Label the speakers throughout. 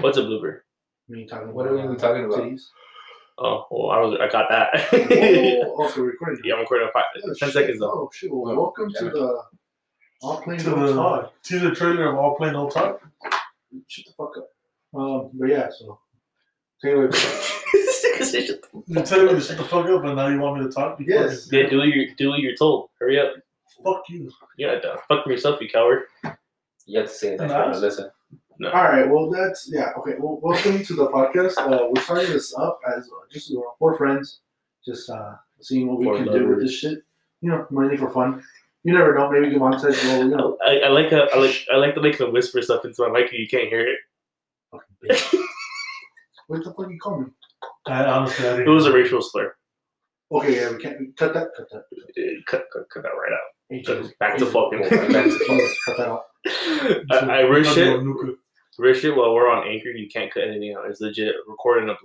Speaker 1: What's a blooper?
Speaker 2: What are you talking
Speaker 3: What are we talking about?
Speaker 2: Titties?
Speaker 1: Oh, well, I was I got that.
Speaker 2: Oh, also recording.
Speaker 1: yeah, I'm recording in five,
Speaker 2: Oh,
Speaker 1: 10
Speaker 2: shit.
Speaker 1: seconds though.
Speaker 2: Oh shit! Well, welcome to
Speaker 3: Damn it.
Speaker 2: the All Plain
Speaker 4: To
Speaker 2: No
Speaker 4: the,
Speaker 2: Talk.
Speaker 4: to the trailer of All Plain Old Talk.
Speaker 2: Shut the fuck up. Um, but yeah, so anyway,
Speaker 4: You tell me to shut the fuck up, and now you want me to talk? You
Speaker 2: Yes.
Speaker 1: yeah, do what you're do what you're told. Hurry up.
Speaker 4: fucking- Fuck you.
Speaker 1: Yeah, fuck for yourself, you coward.
Speaker 3: You have to say it next
Speaker 4: Nice.
Speaker 3: time. Listen.
Speaker 2: all right. Well, that's yeah. Okay. Well, welcome to the podcast. Uh, we're starting this up as uh, just uh, four friends, just uh, seeing what we
Speaker 1: Four
Speaker 2: can do with
Speaker 1: lovers.
Speaker 2: this shit. You know, mainly for fun. You never know. Maybe you monetize. Well, you know,
Speaker 1: I, I like how I like I like the like to whisper stuff into my mic and you can't hear it.
Speaker 2: fucking bitch. What the fuck you call me?
Speaker 4: I honestly, I
Speaker 1: It
Speaker 4: didn't.
Speaker 1: was a racial slur.
Speaker 2: Okay, yeah, we can't cut that. Cut that.
Speaker 1: Eh, Cut, cut, cut that right out.
Speaker 2: Hey, Jesus.
Speaker 1: Cut- Back to fucking.
Speaker 2: Back to fuck. Cut that out.
Speaker 1: I, I wish it,
Speaker 4: Nuka.
Speaker 1: wish it. While we're on Anchor, you can't cut anything out. It's legit recording up.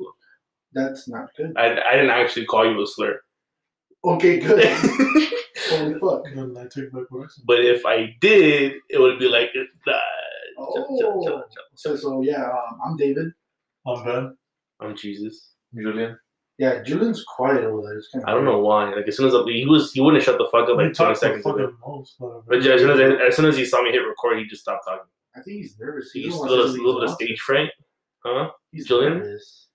Speaker 2: That's not good.
Speaker 1: I, I didn't actually call you a slur.
Speaker 2: Okay, good. Holy fuck.
Speaker 4: Then I take back what I said.
Speaker 1: but if I did, it would be like. Uh,
Speaker 2: Oh. So, so yeah, um, I'm David.
Speaker 4: I'm Ben.
Speaker 1: I'm Jesus.
Speaker 3: Julian.
Speaker 2: Yeah, Julian's quiet over there. It's kind of
Speaker 1: I don't know why. Like as soon as I, he was, he wouldn't shut the fuck up
Speaker 4: You
Speaker 1: like
Speaker 4: talk
Speaker 1: twenty
Speaker 4: the
Speaker 1: seconds ago.
Speaker 4: fucking most. whatever.
Speaker 1: But yeah, as soon as, as soon as he saw me hit record, he just stopped talking.
Speaker 2: I think he's nervous.
Speaker 1: He's
Speaker 2: don't
Speaker 1: a
Speaker 2: want
Speaker 1: little,
Speaker 2: to see
Speaker 1: little bit of
Speaker 2: his
Speaker 1: stage fright. Huh?
Speaker 2: He's
Speaker 1: Julian?
Speaker 2: nervous.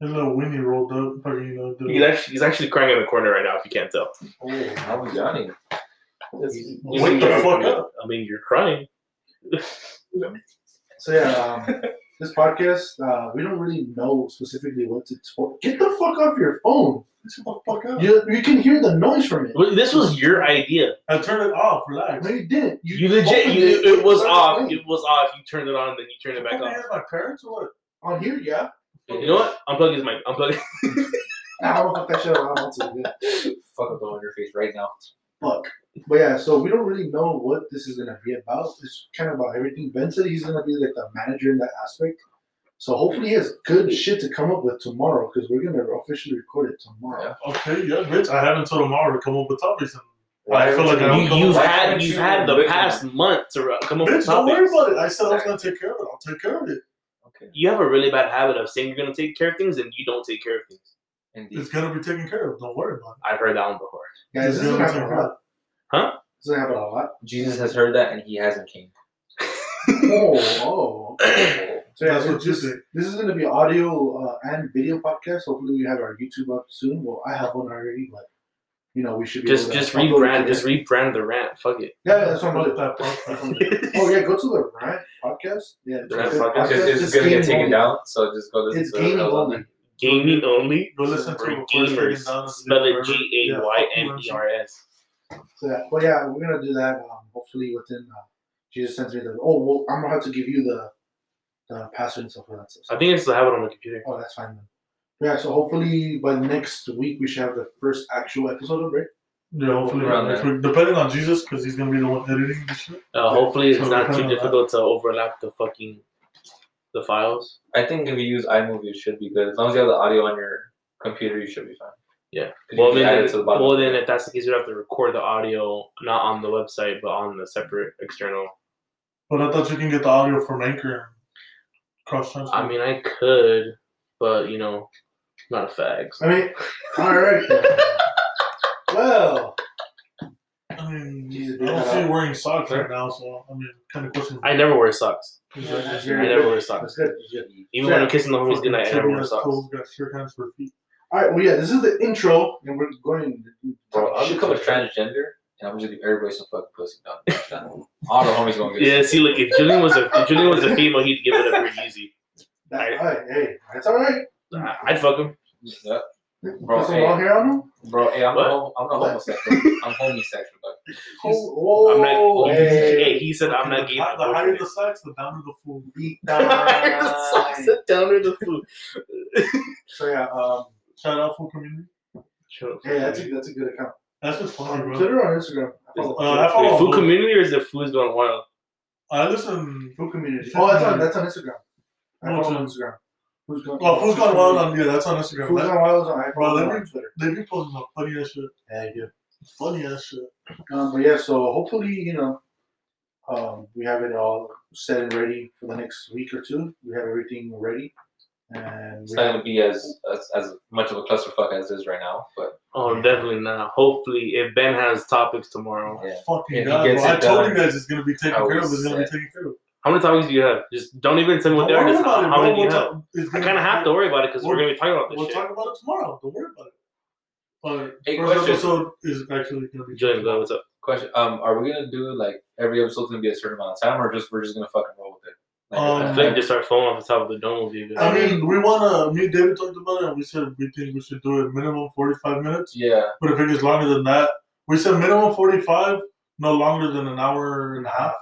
Speaker 4: His little Winnie rolled up, fucking, you know, did
Speaker 1: He's
Speaker 4: a-
Speaker 1: actually, he's actually crying in the corner right now. If you can't tell.
Speaker 2: Oh,
Speaker 3: How was Johnny?
Speaker 2: it's-
Speaker 4: Wake the fuck up.
Speaker 1: I mean, you're crying.
Speaker 2: so yeah, um, this podcast, uh, we don't really know specifically what to talk. Get the fuck off your phone.
Speaker 4: Shut the fuck up.
Speaker 2: You, you can hear the noise from it.
Speaker 1: Well, This was your idea.
Speaker 4: I turned it off. Relax.
Speaker 2: No, you didn't.
Speaker 1: You, legit,
Speaker 2: opened
Speaker 1: you, it was
Speaker 2: started
Speaker 1: off.
Speaker 2: playing.
Speaker 1: It was off. You turned it on, then you turned it back
Speaker 4: Fucking
Speaker 1: off.
Speaker 4: ask my parents or what?
Speaker 2: On here, yeah.
Speaker 1: You know what? Unplug his mic. Unplug.
Speaker 2: Nah, I don't fuck that shit up. I don't want to. Yeah.
Speaker 3: Fuck up the on your face right now.
Speaker 2: Fuck. But yeah, so we don't really know what this is gonna be about. It's kind of about everything. Ben said he's gonna be like the manager in that aspect. So hopefully he has good shit to come up with tomorrow because we're gonna officially record it tomorrow.
Speaker 3: Yeah.
Speaker 4: Okay, yeah, bitch. I have until tomorrow to come up with topics. and-
Speaker 3: Why
Speaker 4: I feel
Speaker 3: haven't
Speaker 4: like I'm-
Speaker 1: You,
Speaker 4: come
Speaker 1: you've
Speaker 3: on.
Speaker 1: had you've had the
Speaker 3: Wait a
Speaker 1: past month to uh, come up with
Speaker 4: Bitch, don't worry
Speaker 1: topics.
Speaker 4: about it. I said I was gonna take care of it. I'll take care of it.
Speaker 3: Okay.
Speaker 1: You have a really bad habit of saying you're gonna take care of things and you don't take care of things.
Speaker 3: Indeed.
Speaker 4: It's gonna be taken care of. Don't worry about
Speaker 1: I've heard that one before.
Speaker 4: it.
Speaker 2: Guys,
Speaker 4: It's
Speaker 2: this doesn't
Speaker 4: gonna be
Speaker 2: happen a
Speaker 4: taken
Speaker 2: lot.
Speaker 1: care of.
Speaker 2: This doesn't happen a lot.
Speaker 3: Jesus has heard that and he hasn't came.
Speaker 2: Oh, oh.
Speaker 3: Oh.
Speaker 2: So yeah,
Speaker 4: That's what
Speaker 2: it's
Speaker 4: you
Speaker 2: just-
Speaker 4: think.
Speaker 2: This is gonna be audio uh, and video podcast. Hopefully we have our YouTube up soon. Well, I have one already, but you know we should be
Speaker 1: Just
Speaker 2: able to
Speaker 1: just
Speaker 2: upload it
Speaker 1: rebrand
Speaker 2: today.
Speaker 1: just rebrand the rant. Fuck it.
Speaker 2: yeah, that's what I'm gonna do.
Speaker 4: Fuck that
Speaker 2: That's what
Speaker 4: podcast.
Speaker 2: I'm gonna do. Oh yeah, go to the rant podcast. Yeah,
Speaker 1: The Rant
Speaker 2: it's-
Speaker 1: podcast.
Speaker 2: it's-
Speaker 3: It's,
Speaker 2: it's
Speaker 3: it's gonna
Speaker 2: game
Speaker 3: get taken
Speaker 2: only.
Speaker 3: down, so just go listen
Speaker 2: It's
Speaker 3: to
Speaker 2: gaming
Speaker 3: it.
Speaker 2: only.
Speaker 1: Gaming only
Speaker 4: Go listen to
Speaker 1: for
Speaker 4: it before it's taken
Speaker 1: gamers.
Speaker 4: down and
Speaker 1: Spell
Speaker 4: forever.
Speaker 1: it G
Speaker 4: Yeah,
Speaker 1: A
Speaker 4: fuck
Speaker 1: Y
Speaker 4: you,
Speaker 1: N
Speaker 4: man.
Speaker 1: E R S.
Speaker 2: So yeah, well, yeah, we're gonna do that. Um, hopefully within. Uh, Jesus sends me the. Oh, well, I'm gonna have to give you the, the password and stuff for that stuff.
Speaker 1: I think I still have it on the computer.
Speaker 2: oh, that's fine then. Yeah, so hopefully by next week we should have the first actual episode of it.
Speaker 4: Yeah, hopefully
Speaker 3: Around
Speaker 4: next week. Depending on Jesus, because he's gonna be the one editing this shit.
Speaker 1: Uh, hopefully it's
Speaker 4: So
Speaker 1: not
Speaker 4: depending
Speaker 1: too
Speaker 4: on that.
Speaker 1: difficult to overlap the fucking the files.
Speaker 3: I think if you use iMovie, it should be good. As long as you have the audio on your computer, you should be fine.
Speaker 1: Yeah.
Speaker 3: 'Cause
Speaker 1: Well
Speaker 3: you can add
Speaker 1: then,
Speaker 3: it to the bottom.
Speaker 1: well then, if that's the case, we'd have to record the audio not on the website but on the separate external.
Speaker 4: But I thought you can get the audio from Anchor. Cross transfer.
Speaker 1: I mean, I could, but you know, I'm not a fag. so-
Speaker 2: I mean, all right. Then. well,
Speaker 4: I mean,
Speaker 2: Jesus,
Speaker 4: I
Speaker 2: yeah.
Speaker 4: don't see you wearing socks right now, so I mean, kind of question.
Speaker 1: I never wear socks.
Speaker 2: that's
Speaker 1: I
Speaker 2: very
Speaker 1: never
Speaker 2: good.
Speaker 1: wear socks.
Speaker 2: That's good. that's good.
Speaker 1: Even when I'm kissing the homies
Speaker 4: Fucking
Speaker 1: goodnight, I never wear
Speaker 4: tibias,
Speaker 1: socks.
Speaker 4: toes, Got shirt hands for feet.
Speaker 2: All right. Well, yeah, this is the intro, and we're going.
Speaker 3: Bro, I'll become a transgender and I'm just gonna give everybody some fucking pussy. No, no, no. All the homies gonna get
Speaker 1: Yeah, see, look, if Julian was a if Julian was a female, he'd give it up pretty easy.
Speaker 2: That, all right, hey, that's all right.
Speaker 1: Nah, I'd fuck him.
Speaker 3: Yeah. Bro,
Speaker 2: Put some
Speaker 3: hey.
Speaker 2: long hair on him.
Speaker 3: Bro, hey, I'm
Speaker 1: What?
Speaker 3: not, hom- I'm not
Speaker 2: What?
Speaker 3: homosexual. I'm homosexual, but
Speaker 2: Oh,
Speaker 1: I'm not. Hey,
Speaker 2: hey.
Speaker 1: he said I'm not
Speaker 4: the,
Speaker 1: gay.
Speaker 4: hi- the higher the socks, the downer the fool.
Speaker 2: Beat
Speaker 1: Socks
Speaker 2: down.
Speaker 1: are down in the food.
Speaker 2: so yeah, um,
Speaker 4: Shout out fool community.
Speaker 2: hey, that's a, that's a good account.
Speaker 4: That's just funny,
Speaker 2: On
Speaker 4: bro.
Speaker 2: Twitter or Instagram? I follow
Speaker 4: Oh, Uh, I
Speaker 1: Wait,
Speaker 4: follow
Speaker 1: food
Speaker 4: food community.
Speaker 1: community or is it food's going wild?
Speaker 4: I listen.
Speaker 2: Food community. Oh, that's on that's on Instagram. I
Speaker 4: Oh,
Speaker 2: follow on
Speaker 4: it's
Speaker 2: Instagram. Who's gone?
Speaker 4: Well, food's Oh, gone wild on yeah. That's on Instagram.
Speaker 2: Who's
Speaker 4: That-
Speaker 2: gone wild is on I
Speaker 4: Bro,
Speaker 2: follow
Speaker 4: let
Speaker 2: them
Speaker 4: me-
Speaker 2: on Twitter.
Speaker 4: They be posting the funny ass shit.
Speaker 2: Yeah, you.
Speaker 4: Funny ass shit.
Speaker 2: Um, but yeah, so hopefully you know, Um, we have it all set and ready for the next week or two. We have everything ready, and
Speaker 3: It's
Speaker 2: we
Speaker 3: not
Speaker 2: have,
Speaker 3: going to be as, as as much of a clusterfuck as it is right now, but
Speaker 1: Oh, definitely not. Hopefully, if Ben has topics tomorrow,
Speaker 3: yeah.
Speaker 4: Fucking
Speaker 3: If he
Speaker 4: God,
Speaker 3: gets
Speaker 4: bro.
Speaker 3: it
Speaker 4: I told
Speaker 3: done,
Speaker 4: you guys it's gonna be taken
Speaker 3: I
Speaker 4: care of.
Speaker 3: was
Speaker 4: It's gonna be
Speaker 3: set.
Speaker 4: taken care of.
Speaker 1: how many topics do you have? Just don't even send what
Speaker 4: Don't
Speaker 1: they are.
Speaker 4: worry
Speaker 1: Just
Speaker 4: about it,
Speaker 1: how
Speaker 4: bro.
Speaker 1: many do you
Speaker 4: We'll
Speaker 1: have?
Speaker 4: talk- it's
Speaker 1: I
Speaker 4: gonna
Speaker 1: kind
Speaker 4: be-
Speaker 1: of have to worry about it because we're
Speaker 4: We'll-
Speaker 1: gonna be talking about this
Speaker 4: We'll
Speaker 1: shit.
Speaker 4: talk about it tomorrow. Don't worry about it. But
Speaker 3: Hey,
Speaker 4: first
Speaker 3: question.
Speaker 4: episode is actually gonna be.
Speaker 1: Julian, go, what's up?
Speaker 3: Question: Um, are we gonna do like every episode's gonna be a certain amount of time, or just we're just gonna fucking roll with it?
Speaker 4: Um,
Speaker 2: Uh,
Speaker 1: I think just our phone off the top of the dome will be good.
Speaker 4: I mean, we wanna. Me and David talked about it, and we said we think we should do it minimum forty-five minutes.
Speaker 3: yeah,
Speaker 4: But if it gets longer than that, we said minimum forty-five, no longer than an hour and a half.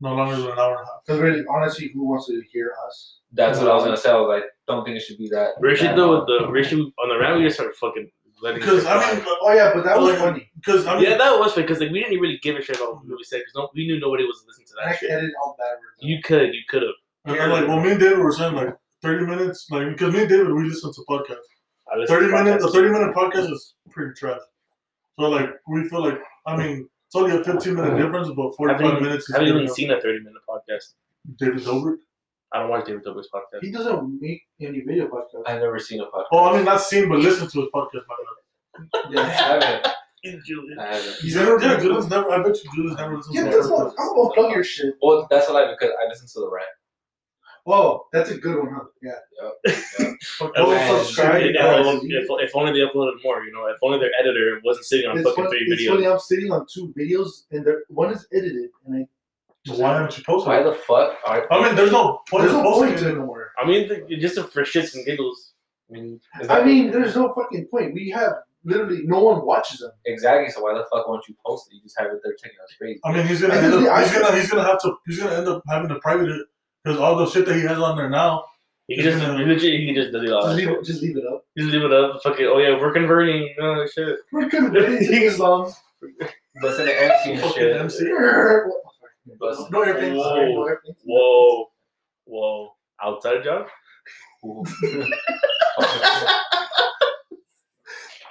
Speaker 4: No longer than an hour and a half.
Speaker 2: because really, honestly, who wants to hear us?
Speaker 3: that's what I was gonna say. I was like, don't think it should be that.
Speaker 1: we should
Speaker 3: that
Speaker 1: do
Speaker 3: long.
Speaker 1: with the we should on the round we just started fucking letting. it
Speaker 4: Because I
Speaker 1: fly.
Speaker 4: mean,
Speaker 2: Oh yeah, but that was
Speaker 4: Like-
Speaker 2: funny.
Speaker 4: because I mean,
Speaker 1: yeah, that was because like we didn't really give a shit about what we said because no, we knew nobody was listening to
Speaker 2: And I
Speaker 1: that
Speaker 2: can
Speaker 1: shit.
Speaker 2: edit all backwards.
Speaker 1: You could, you could have.
Speaker 4: And then, like, well, me and David were saying, like, 30 minutes, like, because me and David, we listen to podcasts. 30 minutes, a 30 minute podcast is pretty trash. So, like, we feel like, I mean, it's only a 15 minute difference, but
Speaker 1: I
Speaker 4: 45
Speaker 1: haven't, even-
Speaker 4: minutes is
Speaker 1: haven't
Speaker 4: good
Speaker 1: even
Speaker 4: enough.
Speaker 1: seen a thirty-minute podcast.
Speaker 4: David Dobrik.
Speaker 1: I don't watch David Dobrik's podcast.
Speaker 2: he doesn't make any video podcasts.
Speaker 3: I've never seen a podcast.
Speaker 4: Oh, I mean, not seen, but listen to his podcast, my God.
Speaker 3: I
Speaker 2: yeah,
Speaker 3: haven't.
Speaker 1: Julian.
Speaker 3: I haven't.
Speaker 4: He's never, yeah, Julian's never, I bet you Julian's never listened
Speaker 2: yeah,
Speaker 4: to
Speaker 2: that's
Speaker 4: his
Speaker 2: what. I'm gonna plug your shit.
Speaker 3: Well, that's a lie because I listened to the rant.
Speaker 2: Oh, that's a good one, huh? Yeah.
Speaker 1: Oh.
Speaker 4: podcast.
Speaker 2: Go
Speaker 3: man.
Speaker 2: subscribe.
Speaker 1: If,
Speaker 2: guys.
Speaker 1: if, if only they uploaded more, you know. If only their editor wasn't sitting on
Speaker 2: It's,
Speaker 1: fucking
Speaker 2: fun-
Speaker 1: three
Speaker 2: it's
Speaker 1: videos.
Speaker 2: funny. I'm sitting on two videos, and they're- one is edited, and I
Speaker 4: Why haven't you posted
Speaker 3: Why
Speaker 4: it?
Speaker 3: the fuck are?
Speaker 4: I mean, there's no point
Speaker 2: there's
Speaker 4: in
Speaker 2: no
Speaker 4: posting
Speaker 2: point to
Speaker 4: it.
Speaker 2: it no more.
Speaker 1: I mean, the, just for shits and giggles.
Speaker 3: I mean, is
Speaker 2: I
Speaker 3: that-
Speaker 2: mean, there's no fucking point. We have literally no one watches them.
Speaker 3: exactly. So why the fuck won't you post it? You just have it there taking us crazy.
Speaker 4: I mean, he's gonna
Speaker 2: I
Speaker 4: end
Speaker 2: think
Speaker 4: up,
Speaker 2: the-
Speaker 4: he's
Speaker 2: I-
Speaker 4: gonna, he's gonna have to, he's gonna end up having to private it because all the shit that he has on there now.
Speaker 1: He can just
Speaker 4: Yeah.
Speaker 1: legit, he can just delete all
Speaker 2: Just
Speaker 1: that.
Speaker 2: leave,
Speaker 1: shit.
Speaker 2: it- just leave it up.
Speaker 1: Just leave it up. Fucking. Oh yeah, we're converting. Oh shit.
Speaker 2: We're converting Islam.
Speaker 3: But in the MC and
Speaker 4: Fucking
Speaker 3: shit.
Speaker 4: MC.
Speaker 3: Bust.
Speaker 2: No airplanes. Sorry, no airplanes.
Speaker 1: Whoa, whoa. Outside job.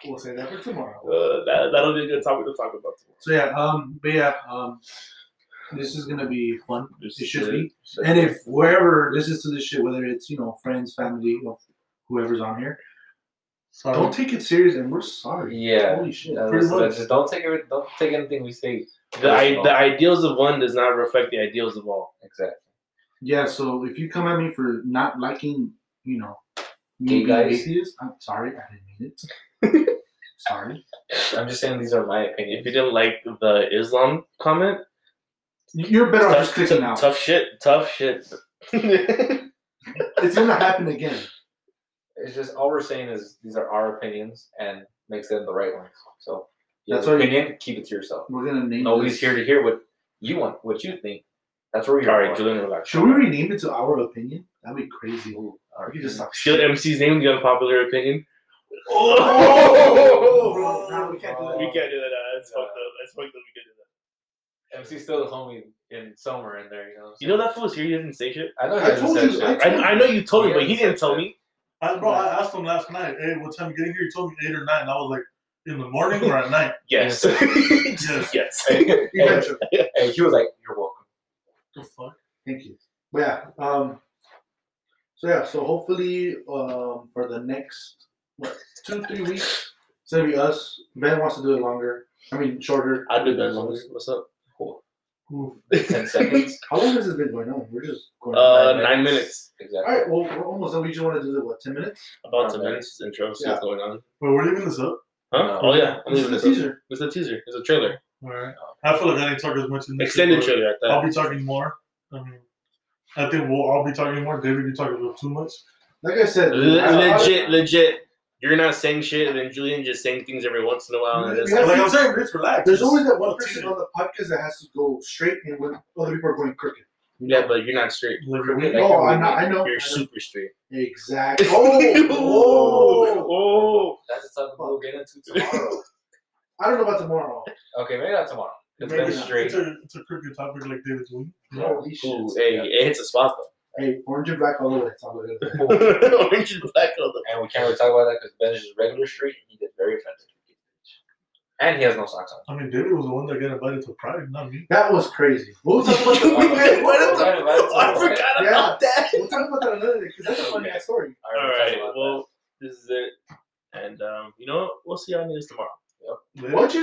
Speaker 2: We'll say that for tomorrow.
Speaker 1: Uh, that that'll be a good topic to talk about tomorrow.
Speaker 2: So yeah, um, but yeah, um, this is gonna be fun.
Speaker 1: This
Speaker 2: It
Speaker 1: is
Speaker 2: should
Speaker 1: good.
Speaker 2: be. And if wherever listens to this shit, whether it's you know friends, family, or whoever's on here,
Speaker 4: Sorry.
Speaker 2: don't take it serious, and we're sorry.
Speaker 3: Um, Yeah.
Speaker 2: Holy shit.
Speaker 3: Yeah,
Speaker 4: Pretty
Speaker 3: that's-
Speaker 4: much.
Speaker 3: Just don't take every, don't take anything we say.
Speaker 1: The, I,
Speaker 3: personal.
Speaker 1: the ideals of one does not reflect the ideals of all.
Speaker 3: Exactly.
Speaker 2: Yeah, so if you come at me for not liking, you know,
Speaker 3: Gay
Speaker 2: me being
Speaker 3: guys.
Speaker 2: atheist, I'm sorry, I didn't mean it. sorry.
Speaker 3: I'm just saying these are my
Speaker 1: If
Speaker 3: opinions.
Speaker 1: you didn't like the Islam comment,
Speaker 2: You're better off just
Speaker 1: tough,
Speaker 2: clicking
Speaker 1: tou-
Speaker 2: out.
Speaker 1: tough shit, tough shit.
Speaker 2: It's gonna happen again.
Speaker 3: It's just all we're saying is these are our opinions and makes them the right ones. So you have
Speaker 2: That's why
Speaker 3: an
Speaker 2: you-
Speaker 3: opinion, keep it to yourself.
Speaker 2: We're gonna name.
Speaker 3: Nobody's
Speaker 2: this-
Speaker 3: here to hear what you want, what you think. That's where you're
Speaker 1: All right, Julian, relax.
Speaker 2: Should we rename it to our opinion? That'd be crazy.
Speaker 3: Ooh, all
Speaker 2: Or
Speaker 3: right.
Speaker 2: you just talk
Speaker 1: Steal
Speaker 2: shit.
Speaker 1: MC's name, the unpopular opinion.
Speaker 2: Oh, bro, no, we can't do that.
Speaker 1: We can't do that. uh, That's fucked up. That's fucked up. We can't do that.
Speaker 3: MC's still the homie in somewhere in there, you know.
Speaker 1: You know that fool's here. He didn't say shit.
Speaker 3: I know
Speaker 2: I told
Speaker 3: said
Speaker 2: you,
Speaker 3: shit.
Speaker 2: I
Speaker 1: I, I know you told me, but he didn't tell me.
Speaker 4: I, bro, I asked him last night, hey, what time you getting here? He told me 8 or 9. I was like, in the morning or at night?
Speaker 1: Yes. yes.
Speaker 3: Hey, hey,
Speaker 2: Eventually.
Speaker 3: hey, he was like, "You're welcome."
Speaker 4: The fuck?
Speaker 2: Thank you. But yeah. Um. So yeah. So hopefully, um, for the next what two three weeks, it's gonna be us. Ben wants to do it longer. I mean, shorter.
Speaker 1: I do that. What's up?
Speaker 3: Cool.
Speaker 4: Ooh.
Speaker 3: Ten seconds.
Speaker 2: How long has this been going on? We're just going.
Speaker 1: Uh, nine minutes.
Speaker 2: All
Speaker 3: Exactly.
Speaker 2: right. Well, we're almost done. We just want to do the what ten minutes.
Speaker 1: About ten minutes. Intro. See what's going on.
Speaker 4: Wait, we're leaving this up?
Speaker 1: Huh?
Speaker 3: No.
Speaker 1: Oh yeah. I'm
Speaker 2: This is
Speaker 1: leaving
Speaker 2: the
Speaker 1: this up.
Speaker 2: teaser.
Speaker 1: It's a teaser. It's a trailer.
Speaker 4: Alright. I feel like I didn't talk as much in this.
Speaker 1: Extended
Speaker 4: but
Speaker 1: trailer at that.
Speaker 4: I'll be talking more. I mean, I think we'll all be talking more. David, you talking a little too much.
Speaker 2: Like I said,
Speaker 1: Le-
Speaker 2: I- I-
Speaker 1: legit, legit. You're not saying shit, and then Julian just saying things every once in a while. And
Speaker 2: We-
Speaker 1: it's
Speaker 2: we have-
Speaker 1: like,
Speaker 4: Like I'm saying, Rich, relax.
Speaker 2: There's always that one
Speaker 4: Let's
Speaker 2: person
Speaker 4: do
Speaker 2: on the podcast that has to go straight, and when other people are going crooked.
Speaker 1: yeah, but you're not straight.
Speaker 4: Like,
Speaker 2: No,
Speaker 4: we-
Speaker 3: Like
Speaker 2: oh,
Speaker 3: every
Speaker 2: I'm not. I know. I
Speaker 1: You're
Speaker 2: know.
Speaker 1: super straight.
Speaker 2: Exactly. Oh, oh.
Speaker 1: oh,
Speaker 3: That's the topic we'll get into tomorrow.
Speaker 2: I don't know about tomorrow.
Speaker 3: okay, maybe not tomorrow. It's
Speaker 2: Maybe
Speaker 3: been
Speaker 2: not.
Speaker 3: straight.
Speaker 4: It's a, it's a crooked topic like David's wing.
Speaker 2: Holy shit.
Speaker 1: Ooh, hey, it hits a spot
Speaker 2: Hey, orange and black all the way. It's all good.
Speaker 1: though. Orange and black on the
Speaker 3: And we can't really talk about that because Ben's just regular street. He gets very offended. And he has no socks on.
Speaker 4: I mean, David was the one that got invited to Pride, not me.
Speaker 2: That was crazy. We'll talk about
Speaker 3: We
Speaker 2: that.
Speaker 3: did, what the- I forgot
Speaker 2: about that. We'll talk about that another day because that's a funny ass story.
Speaker 3: I
Speaker 1: All
Speaker 3: already
Speaker 1: right.
Speaker 3: talked about
Speaker 1: Well, this is it. And um, you know what? We'll see y'all niggas tomorrow.
Speaker 2: What you